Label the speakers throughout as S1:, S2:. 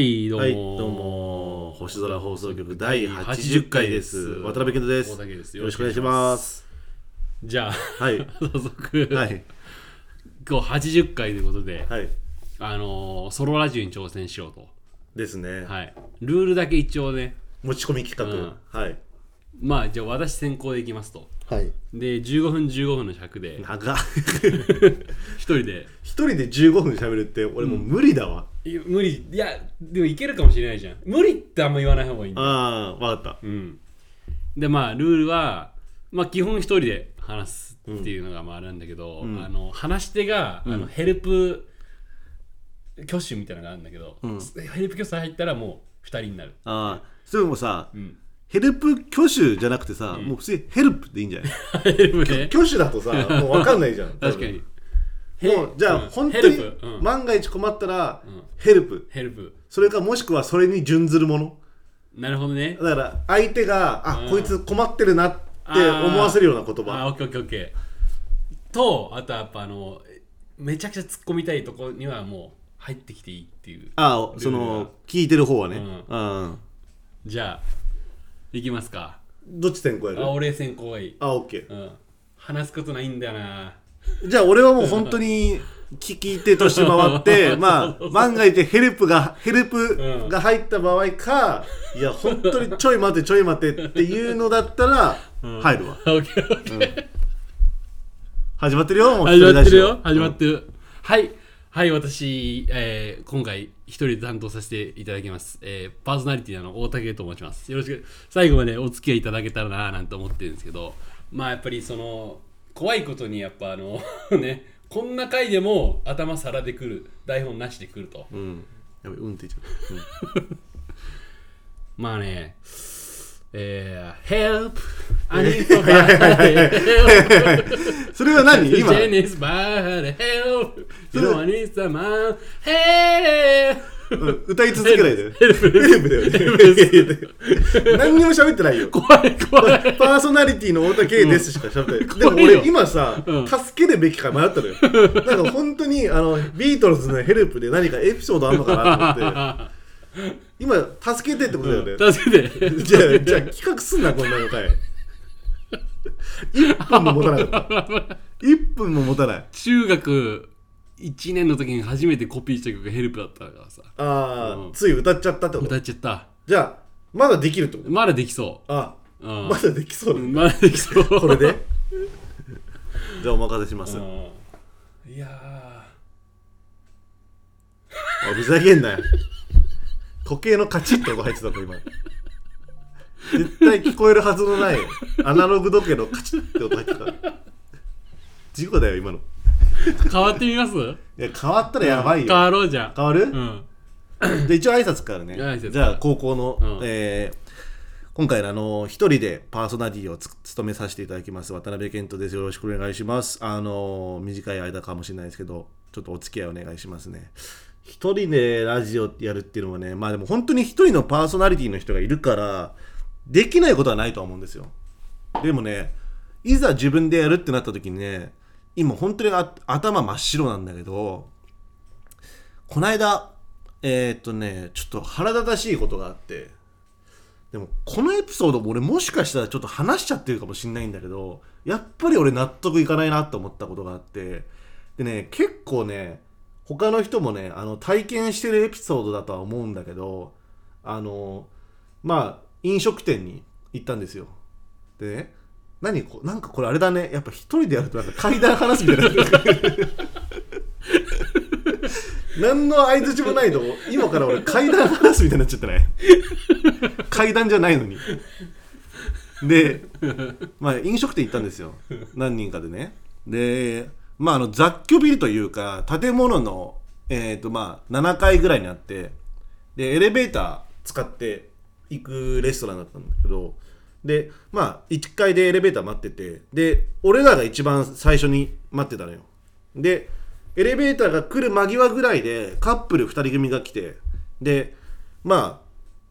S1: はい、どうも,、
S2: はい、どうも、星空放送局第80回です。渡辺健人です。
S1: 大竹です
S2: よろしくお願いします。
S1: じゃあ、
S2: はい
S1: 早速、
S2: はい、
S1: 今日80回ということで、
S2: はい、
S1: あのーソロラジオに挑戦しようと。
S2: ですね、
S1: はい。ルールだけ一応ね、
S2: 持ち込み企画、はい、
S1: まあ、じゃあ私先行でいきますと。
S2: はい、
S1: で、15分15分の尺で、
S2: 長っ
S1: 一人で。
S2: 一人で15分喋るって、俺もう無理だわ。
S1: いや無理、いや、でもいけるかもしれないじゃん。無理ってあんま言わない方がいいんだよ
S2: ああ、わかった。
S1: うん。で、まあ、ルールは、まあ、基本一人で話すっていうのが、まあ、あれなんだけど、あの、話し手が、あの、ヘルプ、挙手みたいなのがあるんだけど、ヘルプ挙手入ったらもう二人にな る。
S2: ああ、それもさ、
S1: ん
S2: ヘルプ挙手じゃなくてさ、もう普通にヘルプでいいんじゃな
S1: ヘ
S2: い
S1: ルプね。
S2: 挙手だとさ、もうわかんないじゃ ん。
S1: 確かに。
S2: 多分。もうじゃあ、
S1: うん
S2: 本当
S1: ヘ
S2: に
S1: ルプうん
S2: 万が一困ったら、ヘルプ。
S1: ヘルプ。
S2: それかもしくはそれに準ずるもの。
S1: なるほどね。
S2: だから相手があ、こいつ困ってるなって思わせるような言
S1: あー、
S2: 葉
S1: オッケーオッケーオッケー。と、あとはやっぱあの、めちゃくちゃ突っ込みたいとこにはもう入ってきていいっていう。
S2: あそ
S1: ルール
S2: の聞いてる方はね、
S1: う
S2: うん
S1: じゃあ、いきますか。
S2: どっち先行やる
S1: あ、俺先行がいい。
S2: あオッケ
S1: うん、話すことないんだよな
S2: ーじゃあ俺はもう本当に聞き手として回って まあ万が一ヘルプがヘルプが入った場合か、いや本当にちょい待てちょい待てっていうのだったら入るわ、始まってるよもう
S1: 始まってる
S2: 一人
S1: よ
S2: だし
S1: 始まってる、はいはい私、えー今回一人で担当させていただきます、えーパーソナリティの大竹と申しますよろしく最後までお付き合いいただけたらななんて思ってるんですけどまあやっぱりその怖いことにやっぱあの ねこんな回でも頭皿で来る台本なしで来ると、
S2: うんやべうんって言っちゃった、
S1: まあねえー、Help! I need
S2: うんそれは何今
S1: ジェニスバーで Help! その兄様 Help!
S2: うん歌い続けないで。 ヘルプだよね。何にも喋ってないよ。
S1: 怖い怖い
S2: パーソナリティの太田圭ですしか喋ってない。でも
S1: 怖いよ
S2: 俺今さ、
S1: うん
S2: 助けるべきか迷ったのよ。なんか本当にあのビートルズのヘルプで何かエピソードあんのかなと思って。今、助けてってことだよね。
S1: 助けて
S2: じゃあ、じゃあ企画すんな、こんなのかい。1分も持たなかった。1分も持たない。
S1: 中学1年の時に初めてコピーした曲が Help だったからさ
S2: ああ、
S1: うん
S2: つい歌っちゃったってこ
S1: 歌っ
S2: と。
S1: ちゃった
S2: じゃあ、まだできるってこと
S1: まだできそ
S2: あ、
S1: う、うん
S2: まだできそうだね。
S1: まだできそう
S2: これで じゃあお任せしま
S1: う
S2: す、あ
S1: んいや
S2: ふざけんなよ時計のカチッと音入ってたもん今絶対聞こえるはずのないアナログ時計のカチッって音入ってた事故だよ今の
S1: ー変わってみます
S2: いや変わったらやばい
S1: 変
S2: よ、
S1: わろうじゃん
S2: 変わる、
S1: うん
S2: で一応挨拶からね
S1: 挨拶から
S2: じゃあ高校の、
S1: うん
S2: えー今回のあの一人でパーソナリティをつ務めさせていただきます渡辺健人ですよろしくお願いしますあの短い間かもしれないですけどちょっとお付き合いお願いしますね一人でラジオやるっていうのはねまあでも本当に一人のパーソナリティの人がいるからできないことはないとは思うんですよでもねいざ自分でやるってなった時にね今本当にあ頭真っ白なんだけどこの間えーっとねちょっと腹立たしいことがあってでもこのエピソードも俺もしかしたらちょっと話しちゃってるかもしんないんだけどやっぱり俺納得いかないなと思ったことがあってでね結構ね他の人もねあの体験してるエピソードだとは思うんだけどあのまあ飲食店に行ったんですよでね何こなんかこれあれだねやっぱ一人でやるとなんか階段話すみたいな何の相槌もないと今から俺階段話すみたいになっちゃってない階段じゃないのにでまあ飲食店行ったんですよ何人かでねでまああの雑居ビルというか建物のえっ、とまあ7階ぐらいにあってでエレベーター使って行くレストランだったんだけどでまあ1階でエレベーター待っててで俺らが一番最初に待ってたのよでエレベーターが来る間際ぐらいでカップル2人組が来てでまあ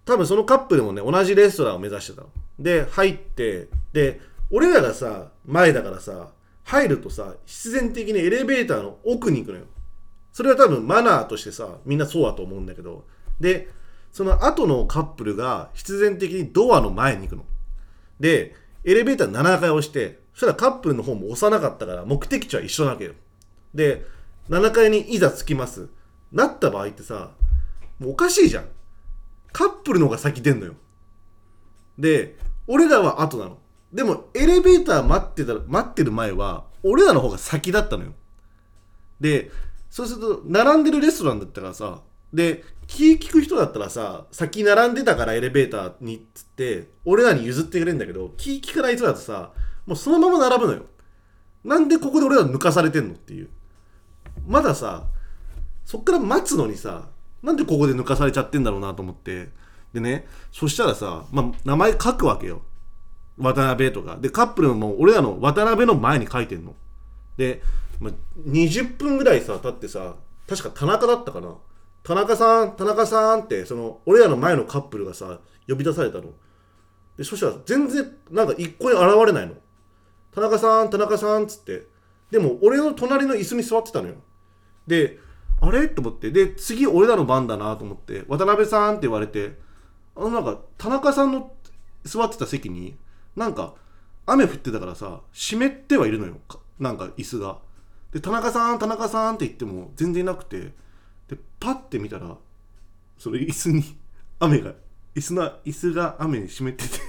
S2: 多分そのカップルもね同じレストランを目指してたので入ってで俺らがさ前だからさ入るとさ必然的にエレベーターの奥に行くのよそれは多分マナーとしてさみんなそうだと思うんだけどでその後のカップルが必然的にドアの前に行くの。で、エレベーター7階を押して、そしたらカップルの方も幼かったから目的地は一緒なわけよ。で、7階にいざ着きます。なった場合ってさ、もうおかしいじゃん。カップルの方が先出んのよ。で、俺らは後なの。でも、エレベーター待ってたら、待ってる前は、俺らの方が先だったのよ。でそうすると並んでるレストランだったらさで気利く人だったらさ先並んでたからエレベーターにっつって俺らに譲ってくれるんだけど気利かない人だとさもうそのまま並ぶのよなんでここで俺ら抜かされてんのっていうまださそっから待つのにさなんでここで抜かされちゃってんだろうなと思ってでねそしたらさ、まあ、名前書くわけよ渡辺とかでカップルも俺らの渡辺の前に書いてんので、まあ、20分ぐらいさ経ってさ確か田中だったかな田中さん田中さんってその俺らの前のカップルがさ呼び出されたのでそしたら全然なんか一向に現れないの田中さん田中さんっつってでも俺の隣の椅子に座ってたのよであれと思ってで次俺らの番だなと思って渡辺さんって言われてあのなんか田中さんの座ってた席になんか雨降ってたからさ湿ってはいるのよかなんか椅子がで田中さん田中さんって言っても全然いなくてでパッて見たらその椅子に 雨が椅子の椅子が雨に湿ってて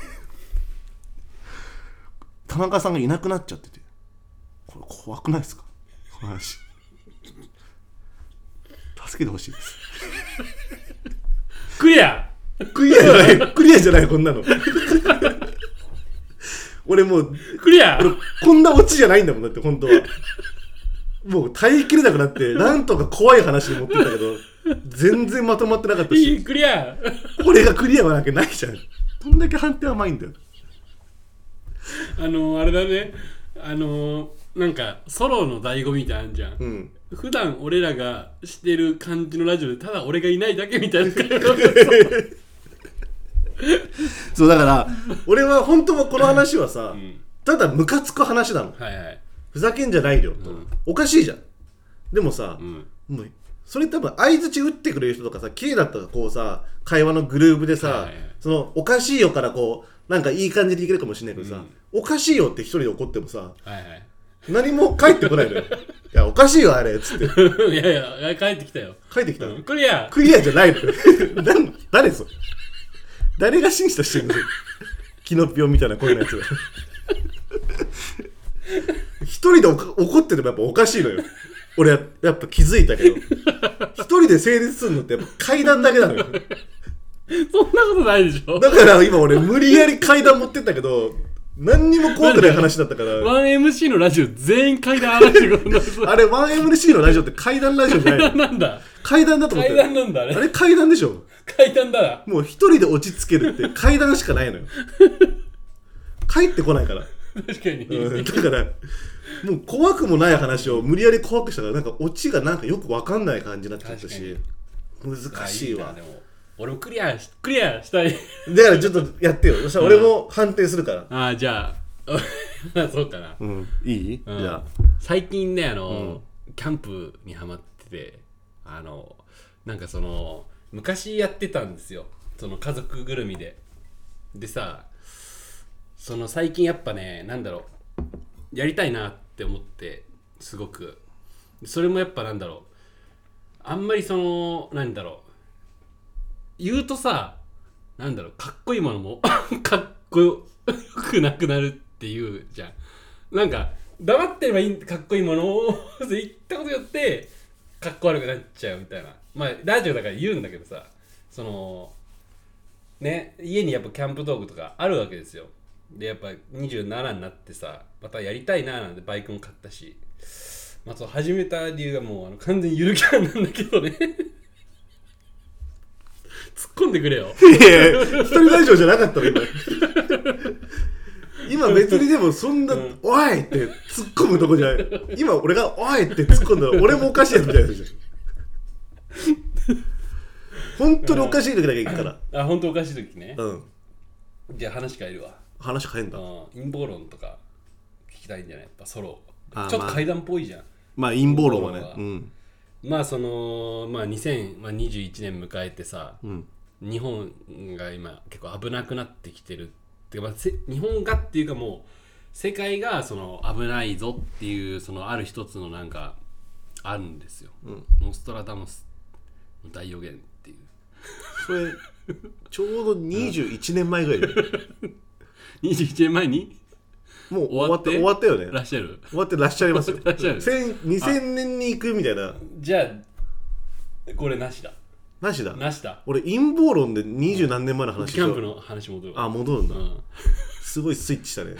S2: 田中さんがいなくなっちゃっててこれ怖くないですかこの話助けてほしいです
S1: クリア
S2: クリアじゃないクリアじゃないこんなの俺もう
S1: クリア
S2: 俺こんなオチじゃないんだもんだって本当はもう耐えきれなくなってなんとか怖い話に持ってったけど全然まとまってなかった
S1: いい
S2: し
S1: クリア
S2: これがクリアなわけないじゃんどんだけ判定甘いんだよ
S1: あのあれだねあのなんかソロの醍醐味みたいなのあんじゃん、
S2: うん
S1: 普段俺らがしてる感じのラジオでただ俺がいないだけみたいな
S2: そうだから俺は本当はこの話はさ、
S1: ん
S2: ただムカつく話なの
S1: はいはい
S2: ふざけんじゃないよと、
S1: ん
S2: おかしいじゃんでもさ、
S1: うん
S2: もうそれ多分相づち打ってくれる人とかさ綺麗だったらこうさ会話のグルーブでさ、
S1: はいはい
S2: そのおかしいよからこうなんかいい感じでいけるかもしれないけどさ、おかしいよって一人で怒ってもさ
S1: はいはい
S2: 何も返ってこないのよいやおかしいよあれっつって
S1: い やいや、帰ってきたよ。
S2: 返ってきたの、
S1: クリア
S2: クリアじゃないのよ なん誰それ誰が審査してるのキノピオみたいな声のやつが一人でおか怒っててもやっぱおかしいのよ俺はやっぱ気づいたけど一人で成立するのってやっぱ階段だけなのよ
S1: そんなことないでしょ
S2: だから今俺無理やり階段持ってったけど何にも怖くない話だったから
S1: ワン m c のラジオ全員階段荒らしてることになるぞ
S2: あれ 1MC のラジオって階段ラジオじゃないの
S1: なんだ
S2: 階段だと思って
S1: 階段
S2: る
S1: なんだあれ
S2: あれ階段でしょ
S1: 階段だな。
S2: もう一人で落ち着けるって階段しかないの よ帰ってこないから、
S1: 確かに。
S2: うんだからもう怖くもない話を無理やり怖くしたからなんかオチがなんかよく分かんない感じになっちゃったし難しいわ
S1: あなでも俺もクリアし、クリアしたい。
S2: だからちょっとやってよそしたら俺も判定するから、
S1: ああ、じゃあ、 そうかな。
S2: うん、いい、
S1: うん
S2: じゃあ
S1: 最近ね、あの、キャンプにハマってて、あの、なんかその、昔やってたんですよ。その家族ぐるみで。でさ、その最近やっぱね、なんだろう。やりたいなって思ってすごくそれもやっぱなんだろうあんまりそのなんだろう言うとさなんだろうかっこいいものも かっこよくなくなるっていうじゃんなんか黙ってればいいかっこいいものを 言ったことによってかっこ悪くなっちゃうみたいなまあラジオだから言うんだけどさそのね家にやっぱキャンプ道具とかあるわけですよでやっぱ27になってさまたやりたいななんてバイクも買ったし、まあ、そう始めた理由がもうあの完全にゆるキャンなんだけどね 突っ込んでくれよ
S2: いやいや一人ラジオじゃなかったの今今別にでもそんな「おい!」って突っ込むとこじゃない今俺が「おい!」って突っ込んだら俺もおかしいやつみたいなやつじゃん本当におかしい時だけ行くから
S1: あ本当おかしい時ね
S2: うん
S1: じゃあ話変えるわ
S2: 話変えんだ
S1: うん陰謀論とか聞きたいんじゃないやっぱソロ
S2: あ
S1: ちょっ
S2: ま
S1: と
S2: あ
S1: 階段っぽいじゃん
S2: まあ陰謀論は
S1: 陰謀
S2: ね
S1: 論は
S2: うん
S1: まあそのまあ2021年迎えてさ、
S2: うん
S1: 日本が今結構危なくなってきてるっていうか、まあ、せ日本がっていうかもう世界がその危ないぞっていうそのある一つのなんかあるんですよ、
S2: うん
S1: ノストラダムスの大予言っていう
S2: それちょうど21年前ぐらいで
S1: 21年前に
S2: もう終
S1: 終
S2: わ
S1: わ
S2: っ
S1: ってて
S2: 終わったよね
S1: らっしゃる
S2: 終わってらっしゃいますよ
S1: 終わってらっしゃ
S2: 1000 2000年に行くみたいな
S1: じゃあこれなしだ
S2: なしだ
S1: なしだ
S2: 俺陰謀論で二十何年前の話し
S1: キ
S2: よ
S1: ャ
S2: う
S1: ンプの話戻るわ
S2: あ戻るんだ
S1: うん
S2: すごいスイッチしたね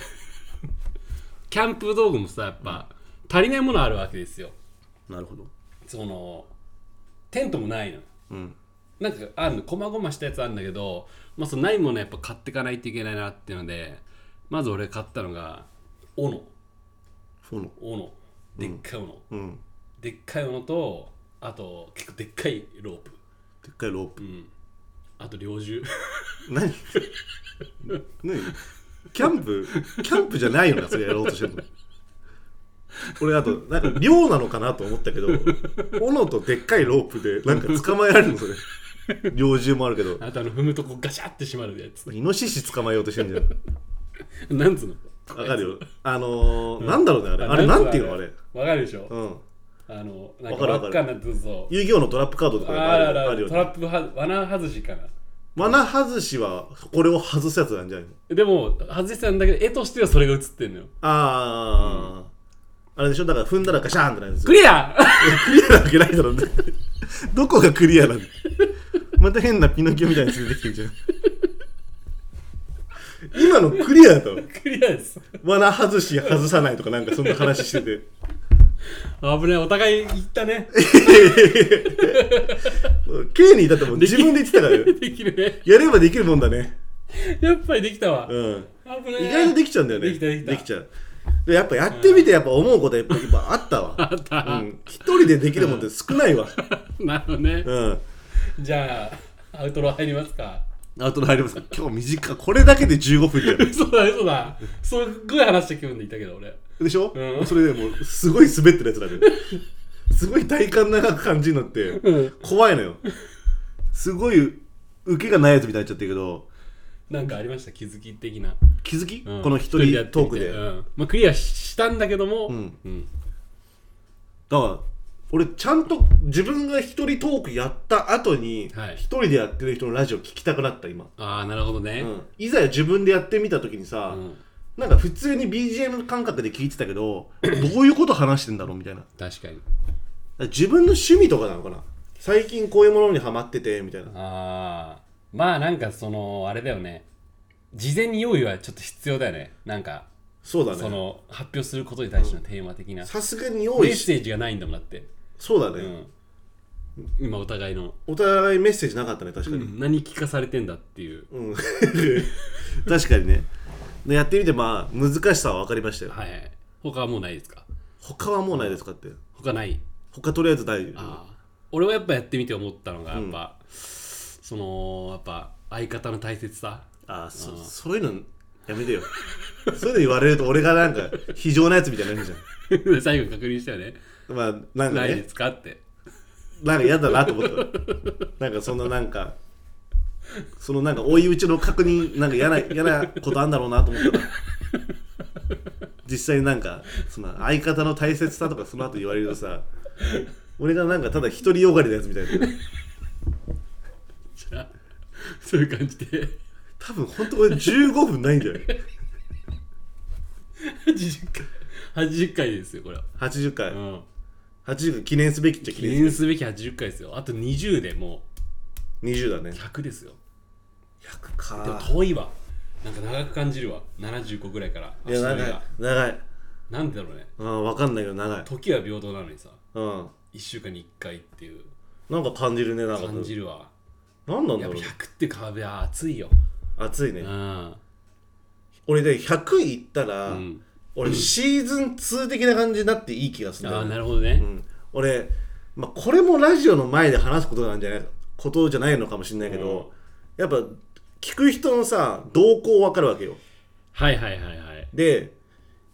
S1: キャンプ道具もさやっぱ足りないものあるわけですよ
S2: なるほど
S1: そのテントもないのよ
S2: うん
S1: なんかあるの細々したやつあるんだけど、まあ、そのないものやっぱ買っていかないといけないなっていうのでまず俺買ったのが斧
S2: そうの
S1: 斧でっかい斧、
S2: うん
S1: でっかい斧とあと結構でっかいロープ
S2: でっかいロープ
S1: うんあと猟銃
S2: 何 何キャンプキャンプじゃないよなそれやろうとしてるの俺あとなんか漁なのかなと思ったけど斧とでっかいロープでなんか捕まえられるのそれ猟銃もあるけど
S1: あとあの踏むとこガシャって閉まるやつ
S2: イノシシ捕まえようとしてんじゃん
S1: なんつうの
S2: わかるよあのーなんだろうねあれあれなんていうのあれ
S1: わかるでしょ、
S2: うん
S1: あのなん
S2: わ
S1: か
S2: かる
S1: 輪
S2: わ
S1: っ
S2: かる
S1: かになってるぞ
S2: 遊戯王のトラップカードとか
S1: あ
S2: でも
S1: らあら
S2: あるあるよ
S1: ト
S2: ね
S1: ラップは罠外しかな
S2: 罠外しはこれを外すやつなんじゃないの
S1: でも外してたんだけど絵としてはそれが映ってんのよ
S2: ああ、あれでしょだから踏んだらガシャーンってなるんです
S1: クリア
S2: クリアなわけないだろうねどこがクリアなのまた変なピノキオみたいに連れてきてるじゃん今のクリアだろ
S1: クリアです
S2: 罠外し外さないとかなんかそんな話し てて
S1: 危ないお互い行ったね
S2: K に至っても自分で言ってたからよ
S1: できるね
S2: やればできるもんだね
S1: やっぱりできたわ、
S2: うん
S1: 危ない
S2: 意外とできちゃうんだよね
S1: できたできた
S2: ちゃうでやっぱやってみてやっぱ思うことやっぱやっぱあったわあった、うん、一人でできるもんって少ないわ
S1: なるほどね
S2: うん
S1: じゃあアウトロ入りますか
S2: アウトロ入りますか今日短いこれだけで15分だよ
S1: そうだそうだすっごい話した気分でいたけど俺
S2: でしょ、
S1: うん
S2: それでもうすごい滑ってるやつだねすごい体感長く感じるのって
S1: うん
S2: 怖いのよすごい受けがないやつみたいになっちゃってるけど
S1: なんかありました気づき的な、
S2: 気づき、
S1: うん
S2: この一人トークで、
S1: 一人やってみてうんまあ、クリアしたんだけども、
S2: ん
S1: うん
S2: だから俺ちゃんと自分が一人トークやった後に
S1: はい
S2: 一人でやってる人のラジオ聞きたくなった今、
S1: ああなるほどね、
S2: うんいざ自分でやってみた時に
S1: う
S2: さ、
S1: ん
S2: なんか普通に BGM 感覚で聞いてたけどどういうこと話してんだろうみたいな
S1: 確かに
S2: 自分の趣味とかなのかな最近こういうものにハマっててみたいな
S1: ああまあなんかそのあれだよね事前に用意はちょっと必要だよねなんか
S2: そうだね
S1: その発表することに対してのテーマ的な、
S2: さすがに用
S1: メ
S2: 意
S1: ッ
S2: して
S1: セージがないんだもんだって、
S2: そうだ
S1: う
S2: ね、
S1: ん、今お互いの、
S2: お互いメッセージなかったね確かに、
S1: 何聞かされてんだっていう
S2: うん確かにねでやってみてまあ難しさは分かりましたよ
S1: はいはい他はもうないですか
S2: 他はもうないですかって
S1: 他ない
S2: 他とりあえず大丈夫
S1: ああ俺はやっぱやってみて思ったのがやっぱ、そのやっぱ相方の大切さ
S2: あーそそういうのやめてよそういうの言われると俺がなんか非常なやつみたいになるじゃ
S1: 最後確認したよね
S2: んまあなんか
S1: ない
S2: ね
S1: ですかって
S2: なんか嫌だなと思ったなんかそのなんかそのなんか追い打ちの確認なんか嫌な嫌なことあんだろうなと思ったら実際になんかその相方の大切さとかその後言われるとさ俺がなんかただ独りよがりのやつみたいな
S1: じゃあそういう感じで
S2: 多分本当これ15分ないんだよ
S1: 80回80回ですよこれは、
S2: 80
S1: う
S2: 回
S1: ん、
S2: 80回記念すべきっちゃ記
S1: 記
S2: 念すべ
S1: 念すべき80回ですよあと20でも
S2: き20だね
S1: う100ですよ
S2: 100
S1: でも
S2: か
S1: 遠いわなんか長く感じるわ75ぐらいから
S2: いや
S1: 足取
S2: 長
S1: り
S2: い
S1: が
S2: 長い
S1: なんでだろうね
S2: うん分かんないけど長い
S1: 時は平等なのにさ
S2: うん
S1: 1週間に1回っていう
S2: なんか感じるねなんか
S1: 感じるわ
S2: なんなんだ
S1: やっ
S2: ろ
S1: ぱ
S2: う
S1: 100って壁は熱いよ
S2: 熱いうね
S1: ん
S2: 俺で100いったら、
S1: うん
S2: 俺シーズン2的な感じになっていい気がするんだ
S1: あ
S2: よ
S1: あ
S2: ね
S1: なるほどね
S2: うん、俺、まあ、これもラジオの前で話すことなんじゃないことじゃないのかもしれないけど、やっぱ聞く人のさ動向わかるわけよ
S1: はいはいはいはい
S2: で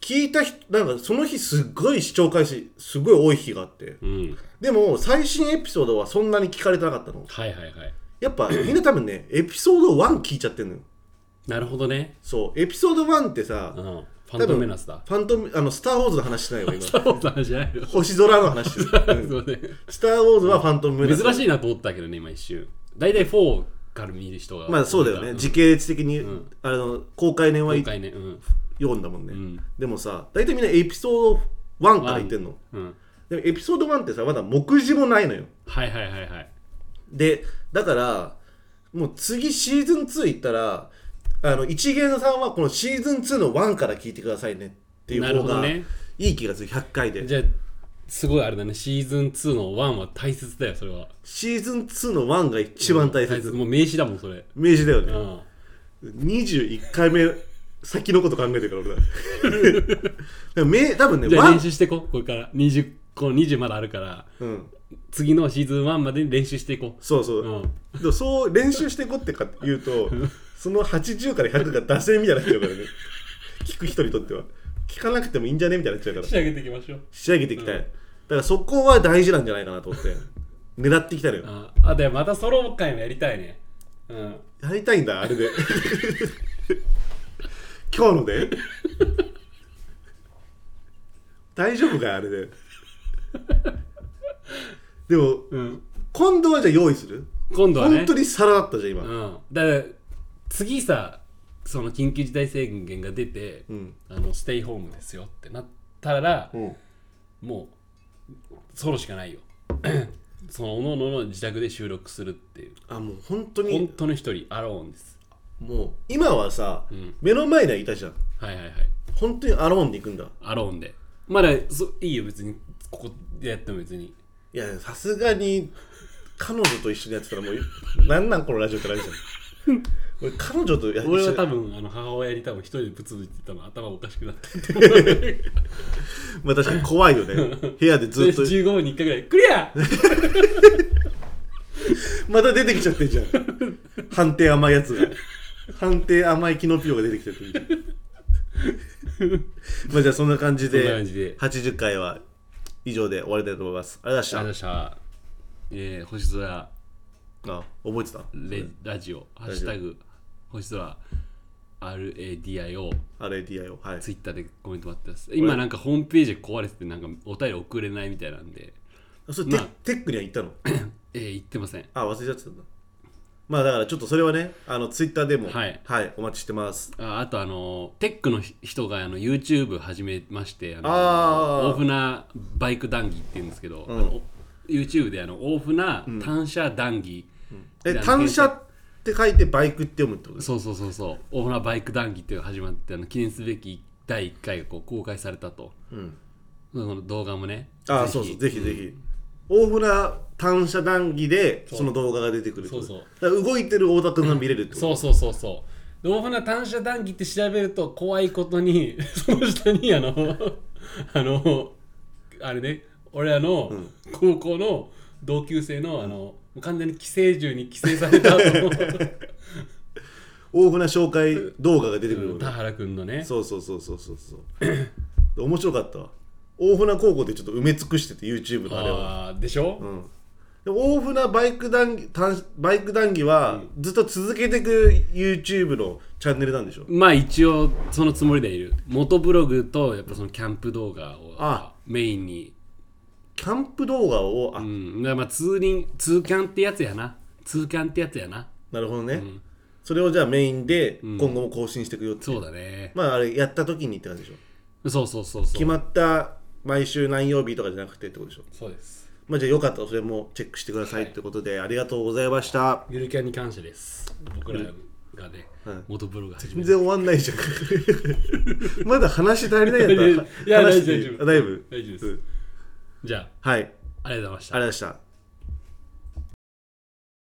S2: 聞いた人なんかその日すっごい視聴回数すごい多い日があって
S1: うん
S2: でも最新エピソードはそんなに聞かれてなかったの
S1: はいはいはい
S2: や っぱみんな多分ねエピソード1聞いちゃってるのよ
S1: なるほどね。
S2: そうエピソード1ってさ、
S1: うん。ファン
S2: 多分
S1: トムメナスだ。
S2: ファントムあのスター・ウォーズの話しないわ今
S1: スター・ウォーズの話じゃないよ。
S2: 星空の話、う
S1: すい
S2: ん
S1: ま
S2: スター・ウォーズはファントムメ
S1: せ
S2: ナ
S1: ん
S2: ス
S1: 珍しいなと思ったけどね、今一瞬。大体4から見る人が。
S2: まあそうだよね時系列的に、
S1: ん
S2: あの公開年は
S1: 今回ね。うん。
S2: 読んだもんね、
S1: ん
S2: でもさ大体みんなエピソード1から言ってんの
S1: うん。
S2: でもエピソード1ってさまだ目次もないのよ
S1: はいはいはいはい。
S2: でだからもう次シーズン2行ったらあの一元さんはこのシーズン2の1から聞いてくださいねっていう
S1: なる
S2: 方
S1: ほど
S2: がい
S1: ね
S2: い気がする100回で
S1: じゃあ、すごいあれだね。シーズン2の1は大切だよ、それは。
S2: シーズン2の1が一番大切、
S1: もう名詞だもん、それ。
S2: 明示だよ
S1: う
S2: ね、
S1: ん。
S2: 21回目先のこと考えてるから俺ら でもめ多分ね
S1: じゃあ練
S2: 1
S1: 習していこう、これから。20、この20まだあるから、
S2: うん
S1: 次のシーズン1までに練習していこ
S2: そうそう
S1: う。、うん。
S2: でもそう練習していこうってか言うとその80から100が脱線みたいになっちゃうからね聞く人にとっては聞かなくてもいいんじゃねみたいになっちゃうから
S1: 仕上げていきましょう。
S2: 仕上げていきたい、
S1: うん
S2: だからそこは大事なんじゃないかなと思って狙っていきたいのよ
S1: ああ、で、またソロ回もやりたいね。うん。
S2: やりたいんだあれで今日ので大丈夫かいあれででも
S1: うん。
S2: 今度はじゃあ用意する、
S1: 今度はね。
S2: 本当に皿だったじゃん今、
S1: うん。だから、次さ、その緊急事態宣言が出て、
S2: ん
S1: あの、ステイホームですよってなったら、
S2: うん
S1: もう、ソロしかないよ。 その、おののの自宅で収録するっていう。
S2: あもう本当に
S1: 本当の一人、アローンです。
S2: もう今はさ、
S1: ん
S2: 目の前にはいたじゃん
S1: はいはいはい。
S2: 本当にアローンで行くんだ
S1: アローンで。まだ、そいいよ、別に。ここでやっても別に。
S2: いやさすがに彼女と一緒にやってたらもうなんなんこのラジオってなるじゃん 俺彼女とや
S1: 俺は
S2: 一緒
S1: 多
S2: に
S1: 分、あの、母親に多分一人でぶつぶいてたの頭おかしくな って。
S2: まあ確かに怖 いよね部屋でずっと
S1: 15分に1回ぐらい、クリア
S2: また出てきちゃってんじゃん 判定甘いやつが判定甘いキノピオが出てきちゃってるじゃん まあじゃあそんな感じで
S1: そんな感じで
S2: 80回は以上で終わりたいと思いますありがとうご
S1: あ
S2: ざい
S1: りが
S2: ま
S1: とうございま
S2: し
S1: した。えー、星空
S2: たあ覚えてた
S1: レラジオ、ハッシュタグ、星空 RADIO、
S2: あれ DIO はい
S1: ツイッターでコメント待ってます。今なんかホームページ壊れてて、なんかお便り送れないみたいなんで、
S2: それテ,、
S1: まあ
S2: テックには行ったの
S1: えー、言ってません。
S2: あ忘れちゃってたんだまあだからちょっとそれはねあのツイッターでも
S1: はい
S2: お待ちしてます
S1: ああとあのテックの人があの YouTube 始めましてあの
S2: あー
S1: 大船バイク談義っていうんですけど、
S2: ん
S1: あの YouTube であの大船単車談義、
S2: え単車って書いてバイクって読むってことです
S1: そうそうそうそう大船バイク談義っていうのが始まってあの記念すべき第1回がこう公開されたと、
S2: ん
S1: その動画もね
S2: あ
S1: ぜひ
S2: そうそうぜひぜひ、大船単車談義でその動画が出てくるってこと
S1: そうそう
S2: だから動いてる太田君が見れるってこと
S1: そうそうそうそう大船単車談義って調べると怖いことに その下にあの あのあれね俺らの高校の同級生のあの、もう完全に寄生獣に寄生され た後
S2: 大船紹介動画が出てくる
S1: の
S2: こ と
S1: 田原君のね
S2: そうそうそうそうそうそう面白かったわ大船高校でちょっと埋め尽くしてて YouTube のあれは
S1: あーでしょ、
S2: うんでも大船バイク談義単バイク談義はずっと続けていく YouTube のチャンネルなんでしょ、
S1: まあ一応そのつもりでいる元ブログとやっぱそのキャンプ動画を
S2: あ
S1: メインに
S2: キャンプ動画をあ、
S1: うんだからまあツーリンツーキャンってやつやなツーキャンってやつやな
S2: なるほどね、それをじゃあメインで今後も更新していくよって、
S1: そうだね、
S2: まああれやった時にって感じでしょ
S1: そうそうそうそ
S2: 決
S1: う
S2: まった毎週何曜日とかじゃなくてってことでしょ
S1: そうです
S2: まあじゃあよかったらそれもチェックしてくださいってことでありがとうございました
S1: ゆるキャンに感謝です。僕らがね、元ブログ始め
S2: 全
S1: て。
S2: 然終わんないじゃん まだ話足りないやったら
S1: いや
S2: 話してい
S1: 大
S2: い
S1: 丈夫
S2: あだいぶ
S1: 大丈夫です
S2: うん
S1: じゃあ、
S2: はい
S1: ありがとうございました
S2: あ。りがとうございました